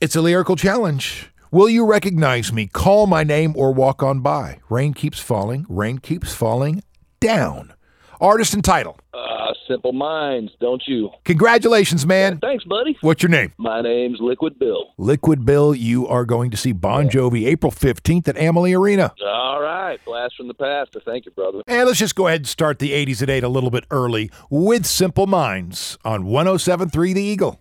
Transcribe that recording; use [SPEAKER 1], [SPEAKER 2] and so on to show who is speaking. [SPEAKER 1] It's a lyrical challenge. Will you recognize me? Call my name or walk on by. Rain keeps falling, rain keeps falling down. Artist and title.
[SPEAKER 2] Uh, simple minds, don't you?
[SPEAKER 1] Congratulations, man.
[SPEAKER 2] Thanks, buddy. Uh,
[SPEAKER 1] What's your name?
[SPEAKER 2] My name's Liquid Bill.
[SPEAKER 1] Liquid Bill, you are going to see Bon Jovi April 15th at Amalie Arena.
[SPEAKER 2] All right, blast from the past. Thank you, brother.
[SPEAKER 1] And let's just go ahead and start oh the 80s at 8 a little bit early with Simple Minds on 1073 The Eagle.